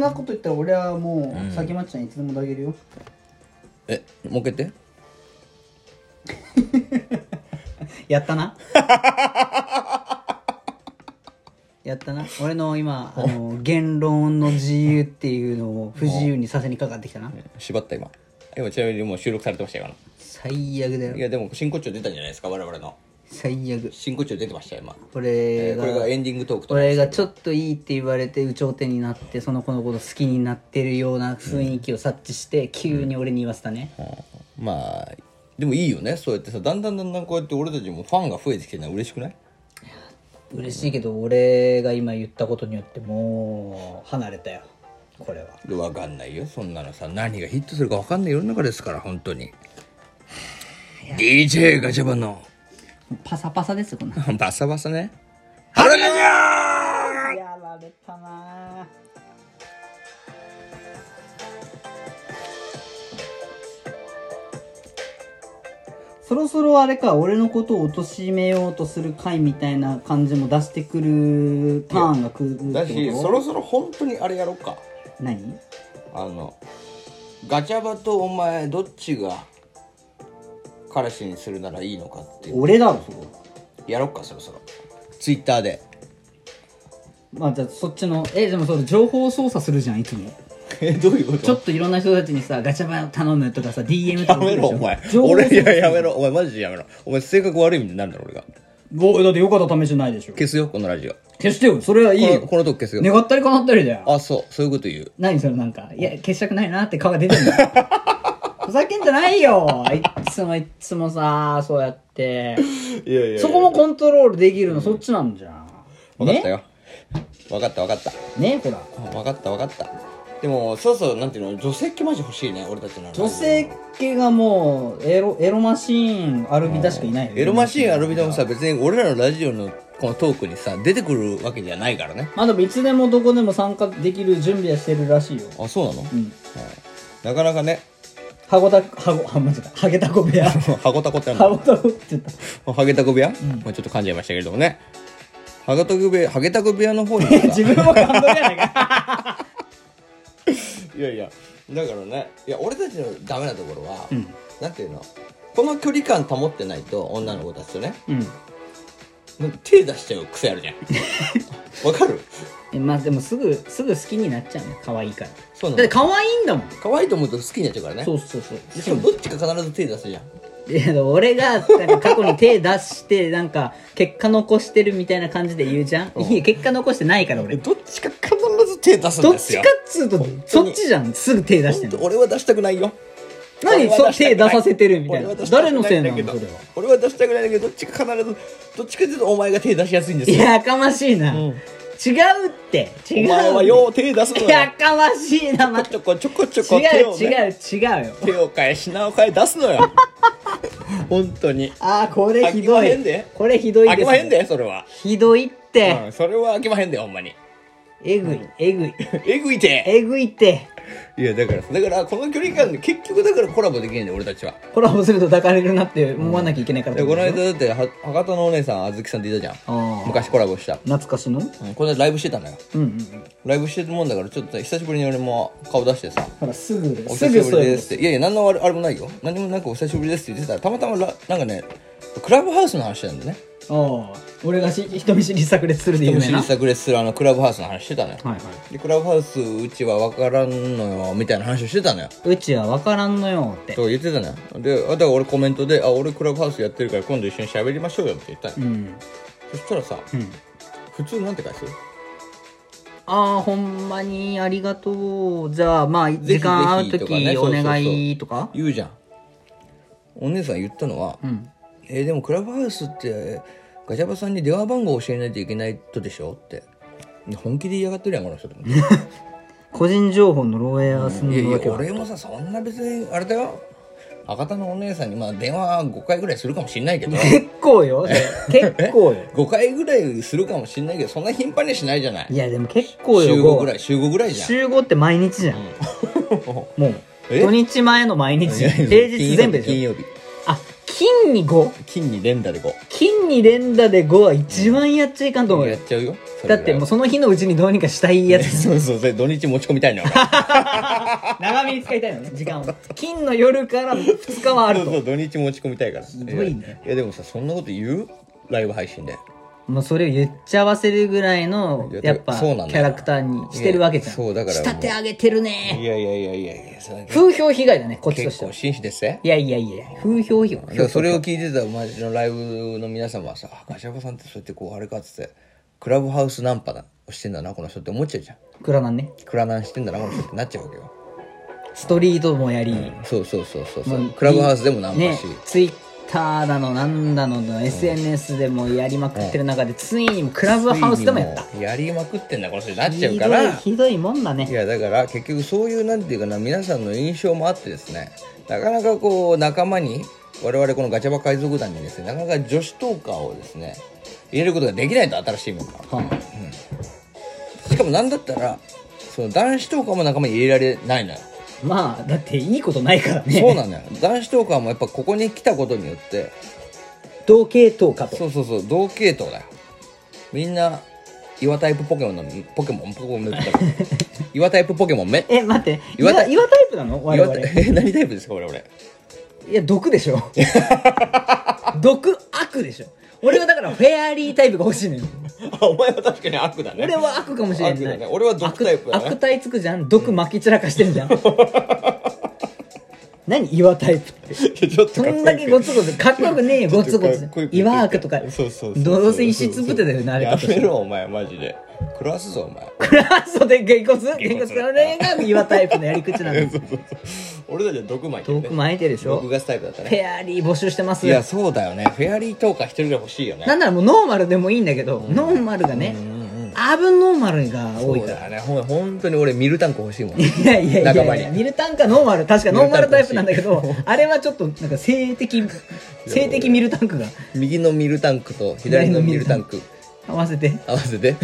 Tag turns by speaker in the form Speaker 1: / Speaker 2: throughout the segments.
Speaker 1: なこと言ったら俺はも
Speaker 2: うん
Speaker 1: う先まっちゃんいつでも抱けるよ
Speaker 2: えもう一回言って
Speaker 1: やったな やったな俺の 今あの言論の自由っていうのを不自由にさせにかかってきたな
Speaker 2: 縛った今今ちなみにもう収録されてましたよ今
Speaker 1: 最悪だ
Speaker 2: のい
Speaker 1: よ
Speaker 2: やでも真骨頂出たんじゃないですか我々の
Speaker 1: 最悪
Speaker 2: 真骨頂出てましたよ今、
Speaker 1: 俺
Speaker 2: えー
Speaker 1: が
Speaker 2: これがエンディングトークと
Speaker 1: 俺がちょっといいって言われて有頂天になってその子のこと好きになってるような雰囲気を察知して急に俺に言わせたね、
Speaker 2: うんまあでもいいよねそうやってさだんだんだんだんこうやって俺たちもファンが増えてきてるのは嬉しくない
Speaker 1: 嬉しいけど俺が今言ったことによってもう離れたよこれは
Speaker 2: 分かんないよそんなのさ何がヒットするか分かんない世の中ですから本当に DJ ガチャバの
Speaker 1: パサパサですよこんな
Speaker 2: バサバサね腹がじゃー
Speaker 1: やられたなそろそろあれか俺のことを貶としめようとする回みたいな感じも出してくるターンが来る
Speaker 2: だ
Speaker 1: って
Speaker 2: し
Speaker 1: こ
Speaker 2: そろそろ本当にあれやろうか
Speaker 1: と何
Speaker 2: あのガチャバとお前どっちが彼氏にするならいいのかっていう
Speaker 1: 俺だろそこ
Speaker 2: やろっかそろそろツイッターで
Speaker 1: まあじゃあそっちのえでもそれ情報操作するじゃんいつも
Speaker 2: えどういうこ
Speaker 1: ちょっといろんな人たちにさガチャバ頼むとかさ DM とか
Speaker 2: やめろお前
Speaker 1: 情報操
Speaker 2: 俺
Speaker 1: 作
Speaker 2: いややめろお前マジでやめろお前性格悪いみたいになるだろ俺が
Speaker 1: おだってよかった試しじゃないでしょ
Speaker 2: 消すよこのラジオ
Speaker 1: 消してよそれはいい
Speaker 2: この
Speaker 1: よ
Speaker 2: このとこ消すよ
Speaker 1: 願ったり叶ったりだよ
Speaker 2: あそうそういうこと言う
Speaker 1: 何それなんか、いや、消したくないなって顔が出て るんだよ。ふざけんじゃないよいっつもいっつもさ、そうやって。
Speaker 2: いやい
Speaker 1: そこもコントロールできるのそっちなんじゃん。
Speaker 2: 分かった
Speaker 1: ね
Speaker 2: よ、分かった分かった
Speaker 1: ねほら。
Speaker 2: 分かった分かったでもそうそうなんていうの女性系マジ欲しいね俺たちの
Speaker 1: 女性系がもう、エロ、エロマシーン、アルビダしかいないよ
Speaker 2: エロマシーンアルビダもさ別に俺らのラジオのこのトークにさ出てくるわけじゃないからね
Speaker 1: まあでもいつでもどこでも参加できる準備はしてるらしいよ。
Speaker 2: あそうなの、
Speaker 1: うん。
Speaker 2: なかな かね
Speaker 1: ハゴタ、ハゴ、あ、間違えた。ハゲタコ部 屋。
Speaker 2: ハゴタコってある
Speaker 1: ハゴタコって言った。
Speaker 2: のハゲタコ部屋、まあちょっと噛んじゃいましたけれどもねハゲタコ部屋ハゲタコ部屋の方 にさ
Speaker 1: 自分も感動じゃないか。
Speaker 2: いやいやだからねいや俺たちのダメなところは、
Speaker 1: うん
Speaker 2: なんていうのこの距離感保ってないと女の子たちとね
Speaker 1: うん。
Speaker 2: なんか手出しちゃう癖あるじゃ んわかる
Speaker 1: えまあでもすぐすぐ好きになっちゃうね可愛いから
Speaker 2: そ
Speaker 1: だ
Speaker 2: う
Speaker 1: っ
Speaker 2: な
Speaker 1: て
Speaker 2: の
Speaker 1: 可愛いんだもん
Speaker 2: 可愛いと思うと好きになっちゃうからね
Speaker 1: そうそうそう
Speaker 2: でしかもどっちか必ず手出すじゃん
Speaker 1: いや俺がなんか過去に手出してなんか結果残してるみたいな感じで言うじゃん
Speaker 2: うん
Speaker 1: いい結果残してないから俺
Speaker 2: え
Speaker 1: ど
Speaker 2: どっちか必ず手出すん
Speaker 1: っ
Speaker 2: です
Speaker 1: ち
Speaker 2: よ
Speaker 1: かっつうとそっちじゃんすぐ手出してん
Speaker 2: ほん
Speaker 1: の
Speaker 2: と俺は出したくないよ
Speaker 1: 何
Speaker 2: 俺は
Speaker 1: そ手
Speaker 2: した
Speaker 1: 出
Speaker 2: くない
Speaker 1: させてるみたいな
Speaker 2: 俺は出したく
Speaker 1: 誰のせいなの
Speaker 2: んだけど
Speaker 1: それは
Speaker 2: 俺は出したくないんだけどどっちか必ずどっちかというとお前が手出しやすいんです
Speaker 1: い
Speaker 2: よ
Speaker 1: ややかましいな、
Speaker 2: ん
Speaker 1: 違うって違
Speaker 2: お
Speaker 1: う
Speaker 2: 前はよう手出すのよ
Speaker 1: やかましいな待っ
Speaker 2: ち
Speaker 1: て
Speaker 2: ょこちょこちょこ
Speaker 1: 違
Speaker 2: 手
Speaker 1: う
Speaker 2: を、ね、
Speaker 1: 違う違うよ
Speaker 2: 手を変え品を変え出すのよ 本当に
Speaker 1: あーこれひ
Speaker 2: 飽き
Speaker 1: ど
Speaker 2: まへん
Speaker 1: い
Speaker 2: で
Speaker 1: これひどいです
Speaker 2: あきまへんでそれは、
Speaker 1: ひどいって、
Speaker 2: うん、それはあきまへんでほんまに
Speaker 1: えぐい、えぐい、
Speaker 2: えぐいて
Speaker 1: えぐいって、
Speaker 2: いやだからだからこの距離感で結局だからコラボできないんだよ俺たちは
Speaker 1: コラボすると抱かれるなって思わなきゃいけないからっ
Speaker 2: い
Speaker 1: て
Speaker 2: や
Speaker 1: こ
Speaker 2: ことの
Speaker 1: でしょ。
Speaker 2: 間だっては博多のお姉さんあずきさんっていたじゃん
Speaker 1: ああ
Speaker 2: 昔コラボした、
Speaker 1: 懐かしの
Speaker 2: うん、この間ライブしてたのよ
Speaker 1: うんうんうん。
Speaker 2: ライブしてるもんだからちょっと久しぶりに俺も顔出してさ
Speaker 1: ほら、すぐ、
Speaker 2: 「お
Speaker 1: す
Speaker 2: 久
Speaker 1: ぐ
Speaker 2: しぶ
Speaker 1: そう
Speaker 2: り
Speaker 1: い
Speaker 2: で
Speaker 1: う
Speaker 2: す」って「いやいや何のあれあれもないよ何もなんかお久しぶりです」って言ってたらたまたまラなんかねクラブハウスの話なんだね
Speaker 1: の。ああ。俺がし人見知り炸裂するで
Speaker 2: 人
Speaker 1: 有
Speaker 2: 見
Speaker 1: 名
Speaker 2: 知
Speaker 1: な。は
Speaker 2: り
Speaker 1: い
Speaker 2: 炸裂するあのクラブハウスの話してたのよ
Speaker 1: はい。
Speaker 2: でクラブハウスうちは分からんのよみたいな話をしてたのよ
Speaker 1: うちはわからんのよって。
Speaker 2: と言ってたのよであだから俺コメントで「あ俺クラブハウスやってるから今度一緒に喋りましょうよ」って言ったのよ
Speaker 1: うん。
Speaker 2: そしたらさ
Speaker 1: うん。
Speaker 2: 普通なんて返す
Speaker 1: ああ、ほんまにありがとう。じゃあ、まあ、時間合うと
Speaker 2: ぜひぜひ
Speaker 1: き
Speaker 2: とか
Speaker 1: お
Speaker 2: ね
Speaker 1: 願いとか。
Speaker 2: 言うじゃんお姉さん言ったのは「
Speaker 1: うん。
Speaker 2: えーでもクラブハウスってガチャバさんに電話番号を教えないといけないとでしょ?」って本気で嫌がってるやんこの人 と思って
Speaker 1: 個人情報の漏洩はすん
Speaker 2: いやい
Speaker 1: のわけ
Speaker 2: や
Speaker 1: は。
Speaker 2: 俺もさそんな別にあれだよ博多のお姉さんにまあ電話5回ぐらいするかもしんないけど
Speaker 1: 結構よ。それ結構よ。
Speaker 2: 5回ぐらいするかもしんないけどそんな頻繁にしないじゃない
Speaker 1: いや、でも結構よ。
Speaker 2: 週5ぐらい週5ぐらいじゃん
Speaker 1: 週5って毎日じゃん、もう
Speaker 2: え
Speaker 1: 土日前の毎日
Speaker 2: いやいや
Speaker 1: 平日全部で
Speaker 2: 金
Speaker 1: しょ
Speaker 2: 曜日
Speaker 1: あ金に5
Speaker 2: 金に連打でこ
Speaker 1: 金に連打で5は一番やっちゃいかんと思
Speaker 2: う
Speaker 1: う
Speaker 2: や
Speaker 1: よ
Speaker 2: っちゃうよそ
Speaker 1: だ
Speaker 2: れ
Speaker 1: っ
Speaker 2: ぐら
Speaker 1: て
Speaker 2: い
Speaker 1: も
Speaker 2: は
Speaker 1: うその日のうちにどうにかしたいやつ
Speaker 2: そうそうそう土日持ち込みたいのよ
Speaker 1: 長めに使いたいのね時間を金の夜から2日はある
Speaker 2: そう
Speaker 1: と
Speaker 2: そう土日持ち込みたいからす
Speaker 1: ごいね
Speaker 2: いやでもさそんなこと言うライブ配信で
Speaker 1: もうそれを言っちゃわせるぐらいの
Speaker 2: いや
Speaker 1: やっぱキ
Speaker 2: そうなんだよ
Speaker 1: ャラクターにしてるわけじゃん
Speaker 2: いやそうだから
Speaker 1: 仕立て上げてるね
Speaker 2: いやいやいやいやいやそれ
Speaker 1: 風評被害だねこっちとし
Speaker 2: 結
Speaker 1: ては
Speaker 2: 構紳士ですね
Speaker 1: いやいやいや風評被害
Speaker 2: いやそれを聞いてたマジのライブの皆様はさ「ガシャバさんってそうやってこうあれか」っつって「クラブハウスナンパだしてんだなこの人」って思っちゃうじゃん
Speaker 1: 蔵なんね
Speaker 2: クラナンしてんだなこの人ってなっちゃうわけよ
Speaker 1: ストリートもやり、
Speaker 2: そうそうそうそうそう、
Speaker 1: まあ
Speaker 2: クラブハウスでもナンパ
Speaker 1: ね
Speaker 2: し、、
Speaker 1: ツイッターだのなんだのの SNS でもやりまくってる中で、ついにクラブハウスでもやった
Speaker 2: ついにうやりまくってんだこの人になっちゃう
Speaker 1: ひ
Speaker 2: か
Speaker 1: どい
Speaker 2: ら
Speaker 1: ひどいもんだ
Speaker 2: い
Speaker 1: ね
Speaker 2: やだから結局そういうなんていうかな皆さんの印象もあってですねなかなかこう仲間に我々このガチャバ海賊団にですねなかなか女子トーカーをですね入れることができないと新しいものから
Speaker 1: は
Speaker 2: しかもなんだったらその男子トーカーも仲間に入れられないのよ
Speaker 1: あまあだっていいことないからね
Speaker 2: そうなのよ男子トーカーもやっぱここに来たことによって
Speaker 1: 同系統かと
Speaker 2: そうそうそう同系統だよみんな岩タイプポケモンのポケモンポケモンめっ ちゃ岩タイプポケモンめ
Speaker 1: え待って岩
Speaker 2: 岩
Speaker 1: 岩
Speaker 2: 田
Speaker 1: タイプなの我
Speaker 2: 岩
Speaker 1: 々
Speaker 2: タイプえ何タイプですか俺俺
Speaker 1: いや毒でし ょ毒悪でしょ俺はだからフェアリータイプが欲しいのよ
Speaker 2: あ お前は確かに悪だね
Speaker 1: 俺は悪かもしれない
Speaker 2: 悪だね俺は毒タイプだね
Speaker 1: 悪悪態つくじゃん毒まき散らかしてんじ ゃん何岩タイプって
Speaker 2: いや ちょっと
Speaker 1: そ
Speaker 2: かっこいい
Speaker 1: んだけごつごつかっこよくねえよ
Speaker 2: ちょ
Speaker 1: ご
Speaker 2: っ
Speaker 1: つ
Speaker 2: と
Speaker 1: ご
Speaker 2: かっ
Speaker 1: つ
Speaker 2: こよく
Speaker 1: 岩悪とか
Speaker 2: そうそうそう
Speaker 1: どうせ石つぶてだよねあれ
Speaker 2: や
Speaker 1: だとして
Speaker 2: め
Speaker 1: も
Speaker 2: ろお前マジで食らわすぞお前
Speaker 1: クラスでげ骨げ骨それが岩タイプのやり口なん です
Speaker 2: そうそうそう俺たちは毒巻いてるね
Speaker 1: 毒巻いてるでしょ
Speaker 2: 毒ガスタイプだった
Speaker 1: フ
Speaker 2: ね
Speaker 1: ェアリー募集してます
Speaker 2: いやそうだよねフェアリートーカー一人ぐらい欲しいよね
Speaker 1: なんならもうノーマルでもいいんだけど、ノーマルがね、アブノーマルが多い
Speaker 2: そう
Speaker 1: から。
Speaker 2: だよねほん本当に俺ミルタンク欲しいもん
Speaker 1: いやいやいや
Speaker 2: 仲
Speaker 1: い
Speaker 2: 間
Speaker 1: や
Speaker 2: に
Speaker 1: ミルタンかノーマル確かノーマルタイプなんだけどあれはちょっとなんか性的性的ミルタンクが
Speaker 2: 右のミルタンクと左のミルタンク
Speaker 1: 合わせて
Speaker 2: 合わ せて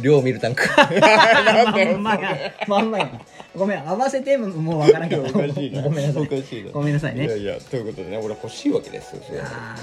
Speaker 2: 両ミルタンク
Speaker 1: まんまやまんまやごめん合わせてももうわからんけど
Speaker 2: お
Speaker 1: ご
Speaker 2: か
Speaker 1: めんな
Speaker 2: しいなおか
Speaker 1: さ
Speaker 2: しい
Speaker 1: いごめんなさい
Speaker 2: いや
Speaker 1: ね
Speaker 2: いやということでね俺欲しいわけですよそれ
Speaker 1: あ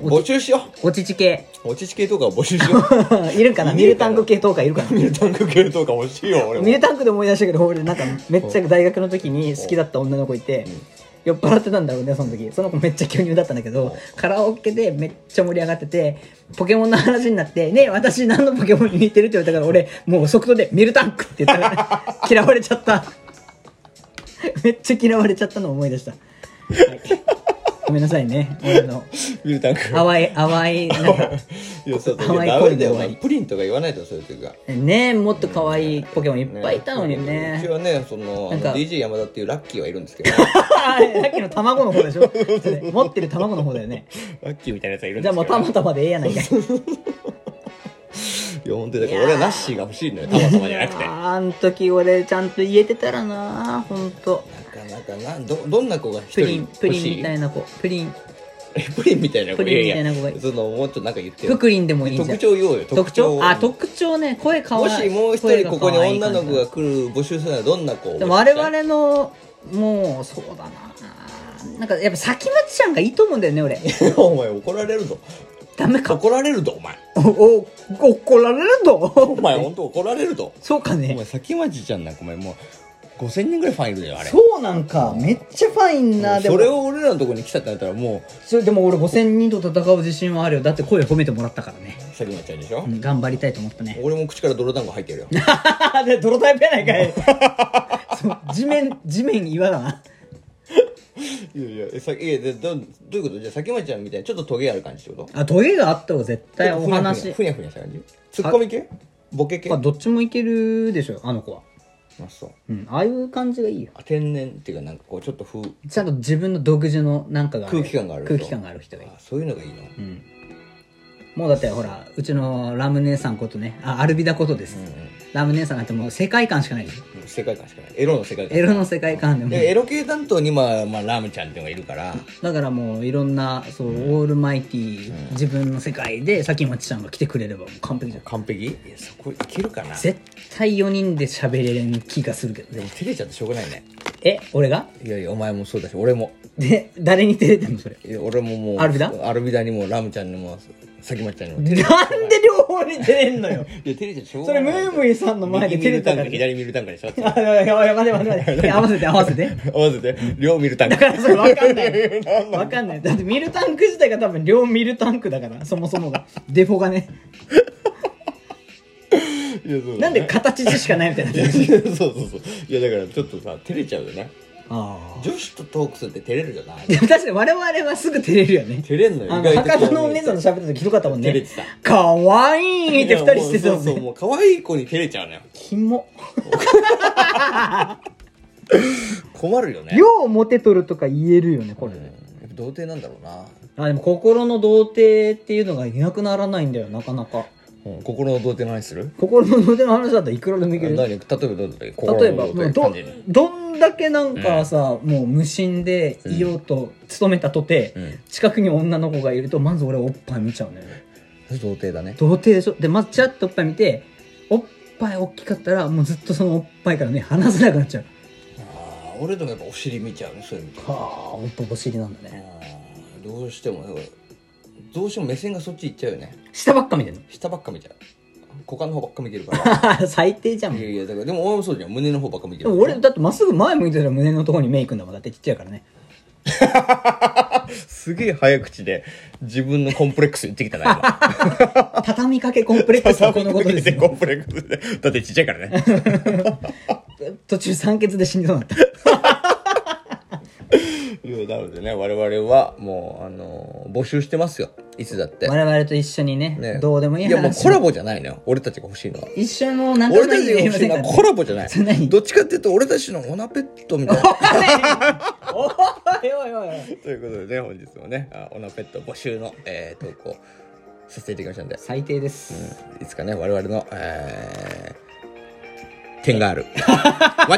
Speaker 1: ーお
Speaker 2: 募集しよ
Speaker 1: おちち 系
Speaker 2: うおちち系とか募集しよ う
Speaker 1: いるかない
Speaker 2: ねえかな
Speaker 1: ミルタンク系とかいるかな
Speaker 2: ミルタンク系とか欲しいよ俺も
Speaker 1: ミルタンクで思い出したけど俺なんかめっちゃ大学の時に好きだった女の子いて酔っ払ってたんだろうねその時その子めっちゃ巨乳だったんだけどカラオケでめっちゃ盛り上がっててポケモンの話になって「ねえ私何のポケモンに似てる?」って言われたから俺もう即答で「ミルタンク」って言ったら嫌われちゃっためっちゃ嫌われちゃったのを思い出した、はいごめんなさいね俺の
Speaker 2: ミルタンク
Speaker 1: 淡い淡いなんか
Speaker 2: いやそうそう
Speaker 1: 淡
Speaker 2: い
Speaker 1: い
Speaker 2: やダ
Speaker 1: 恋の
Speaker 2: メだよ
Speaker 1: 終わ
Speaker 2: お前
Speaker 1: り
Speaker 2: プリンとか言わないとそういう時が
Speaker 1: ねえもっと可愛いポケモンいっぱいいたのにね
Speaker 2: うちはねそのあ
Speaker 1: なんか
Speaker 2: の DJ 山田っていうラッキーはいるんですけど
Speaker 1: あれ さっきの卵の方でしょ それ持ってる卵の方だよね
Speaker 2: ラッキーみたいなやつはいるん
Speaker 1: じ
Speaker 2: で
Speaker 1: ゃあ
Speaker 2: すけ
Speaker 1: も
Speaker 2: ど
Speaker 1: うたまたまでええやない かい
Speaker 2: いや本当にだから俺はナッシーが欲しいのよたまたまじゃなくてな
Speaker 1: あん時俺ちゃんと言えてたらなほんと
Speaker 2: かなかなどどんな子が一
Speaker 1: プリン
Speaker 2: 人
Speaker 1: プリンみた
Speaker 2: ない
Speaker 1: な子プリン
Speaker 2: プリンみたいな子
Speaker 1: プリンみたいな子が
Speaker 2: ややそのもうちょっとなんか言って
Speaker 1: プ
Speaker 2: よ
Speaker 1: クリンでもいいじゃん
Speaker 2: 特徴言おうよ
Speaker 1: 特徴あ特徴ね声かわい
Speaker 2: もしもう一
Speaker 1: 声
Speaker 2: 人
Speaker 1: が
Speaker 2: ここに
Speaker 1: 可愛い
Speaker 2: 女
Speaker 1: 感じ
Speaker 2: の子が来る募集するならどんな子を
Speaker 1: でも我々のもうそうだななんかやっぱ先町ちゃんがいいと思うんだよね 俺
Speaker 2: お前怒られるぞ
Speaker 1: ダメか
Speaker 2: 怒られるぞお前
Speaker 1: おお怒られる
Speaker 2: お
Speaker 1: ぞ
Speaker 2: 前本当怒られるぞ
Speaker 1: そうか
Speaker 2: お
Speaker 1: ね
Speaker 2: 前先町ちゃんなんかお前もう5000人ぐらいファンいるだよあれ
Speaker 1: そうなんかめっちゃファインなでも
Speaker 2: それを俺らのとこに来たってなったらも
Speaker 1: それでも俺5000人と戦う自信はあるよだって声褒めてもらったからね
Speaker 2: う、先町ちゃんでしょ、
Speaker 1: うん、頑張りたいと思ったね
Speaker 2: 俺も口から泥団子入ってるよ
Speaker 1: で泥タイプやないかい そう地面地面岩だない
Speaker 2: やいやえさいやでどどういうことじゃあ先町ちゃんみたいなちょっとトゲある感じってこと
Speaker 1: あトゲがあった方が絶対お話
Speaker 2: ふにゃふにゃふにゃした感じツッコミ系ボケ系
Speaker 1: まあ
Speaker 2: あ
Speaker 1: どっちもいけるでしょあの子は
Speaker 2: そ
Speaker 1: う
Speaker 2: う
Speaker 1: んああいう感じがいいよ
Speaker 2: あ天然っていうかなんかこうちょっと風
Speaker 1: ちゃんと自分の独自のなんかがある
Speaker 2: 空気感がある
Speaker 1: 空気感がある人がいい
Speaker 2: あそういうのがいいの、
Speaker 1: もうだってほらうちのラム姉さんことねあアルビダことです、ラム姉さんなんてもう世界観しかないでしょ
Speaker 2: 世界観しかないエロの世界観
Speaker 1: エロの世界観でもう
Speaker 2: でエロ系担当に、まあまあ、ラムちゃんっていうのがいるから
Speaker 1: だからもういろんなそう、オールマイティー自分の世界でさきまちちゃんが来てくれればもう完璧じゃん
Speaker 2: 完璧いやそこいけるかな
Speaker 1: 絶対4人で喋れる気がするけどね
Speaker 2: でも照れちゃってしょうがないね
Speaker 1: え俺が
Speaker 2: いやいやお前もそうだし俺も
Speaker 1: で誰に照れてんのそれ
Speaker 2: いや俺ももう
Speaker 1: アルビダ
Speaker 2: アルビダにもラムちゃんにもさきまちゃんにも
Speaker 1: なんで両方に照れんのよ
Speaker 2: いや照れちゃしょう
Speaker 1: それ
Speaker 2: がない
Speaker 1: ムームイさんの前で照れたから
Speaker 2: 右見るタンク左見るタンクでしょ
Speaker 1: あやばいやばいやばいやばい 待って合わせて合わせて
Speaker 2: 合わせて両見るタンク
Speaker 1: だからそれ分かんない分かんないだってミルタンク自体が多分両ミルタンクだからそもそもがデフォがね
Speaker 2: いやそう
Speaker 1: なんで形でしかないみたい
Speaker 2: い
Speaker 1: な
Speaker 2: や そうそうそういやだからちょっとさ照れちゃうよね
Speaker 1: ああ
Speaker 2: 女子とトークするって照れるじ ゃない
Speaker 1: でも確かに我々はすぐ照れるよね
Speaker 2: 照れんのよ
Speaker 1: あ
Speaker 2: 意
Speaker 1: の
Speaker 2: 外と
Speaker 1: 博多のお姉さんと喋った時ひどかったもん
Speaker 2: 照れ
Speaker 1: ね
Speaker 2: てた
Speaker 1: かわいいって二人してたもん
Speaker 2: いやもうそうそう
Speaker 1: ね
Speaker 2: もう可愛い子に照れちゃうのよ
Speaker 1: キモ
Speaker 2: 困るよね
Speaker 1: ようモテとるとか言えるよねこれ、
Speaker 2: うんやっぱ童貞なんだろうな、
Speaker 1: あでも心の童貞っていうのがいなくならないんだよなかなか
Speaker 2: うん、心の童貞の話する
Speaker 1: 心の童貞の話だったらいくらでもいける
Speaker 2: 何例えばどうだったっけ心
Speaker 1: 例え
Speaker 2: の
Speaker 1: ばも
Speaker 2: 童貞
Speaker 1: うど
Speaker 2: って感じに
Speaker 1: どんだけなんかさ、もう無心でいようと勤めたとて、
Speaker 2: うん
Speaker 1: 近くに女の子がいるとまず俺おっぱい見ちゃうね
Speaker 2: 童貞だね
Speaker 1: 童貞でしょでまずチラッとおっぱい見ておっぱい大きかったらもうずっとそのおっぱいからね離せなくなっちゃう
Speaker 2: あー俺とかやっぱお尻見ちゃうねそういうの
Speaker 1: はあおっぱいお尻なんだね
Speaker 2: うんどうしてもねどうしても目線がそっち行っちゃうよね
Speaker 1: 下ばっか見てんの
Speaker 2: 下ばっか見ちゃう股間の方ばっか見てるから
Speaker 1: 最低じゃん
Speaker 2: いや
Speaker 1: で
Speaker 2: いやだからでも俺もそうじゃん胸の方ばっか見てる
Speaker 1: も俺だってまっすぐ前向いてたら胸のところに目いくんだもんだってちっちゃい からね
Speaker 2: すげえ早口で自分のコンプレックス言ってきたな
Speaker 1: 畳みかけコンプレック
Speaker 2: 今
Speaker 1: スはこのことですよ
Speaker 2: コンプレックスでだってちっちゃいからね
Speaker 1: 途中酸欠で死にそうにな った
Speaker 2: いやなのでね我々はもうあの募集してますよいつだって、
Speaker 1: 我々と一緒にね
Speaker 2: ね、
Speaker 1: どうでもいい
Speaker 2: いやもう
Speaker 1: 話
Speaker 2: コラボじゃないのよ俺たちが欲しいのは
Speaker 1: 一緒のなんと
Speaker 2: 俺
Speaker 1: か
Speaker 2: たちが
Speaker 1: 言え
Speaker 2: 欲
Speaker 1: ま
Speaker 2: し
Speaker 1: せ
Speaker 2: い
Speaker 1: ん
Speaker 2: の
Speaker 1: か
Speaker 2: はコラボじゃない
Speaker 1: それ何
Speaker 2: どっちかっていうと俺たちのオナペットみたいな
Speaker 1: おい おいおいおい
Speaker 2: ということでね本日もねあオナペット募集の、えー投稿させていただきましたんで
Speaker 1: 最低です
Speaker 2: いつかね我々の、えー点がある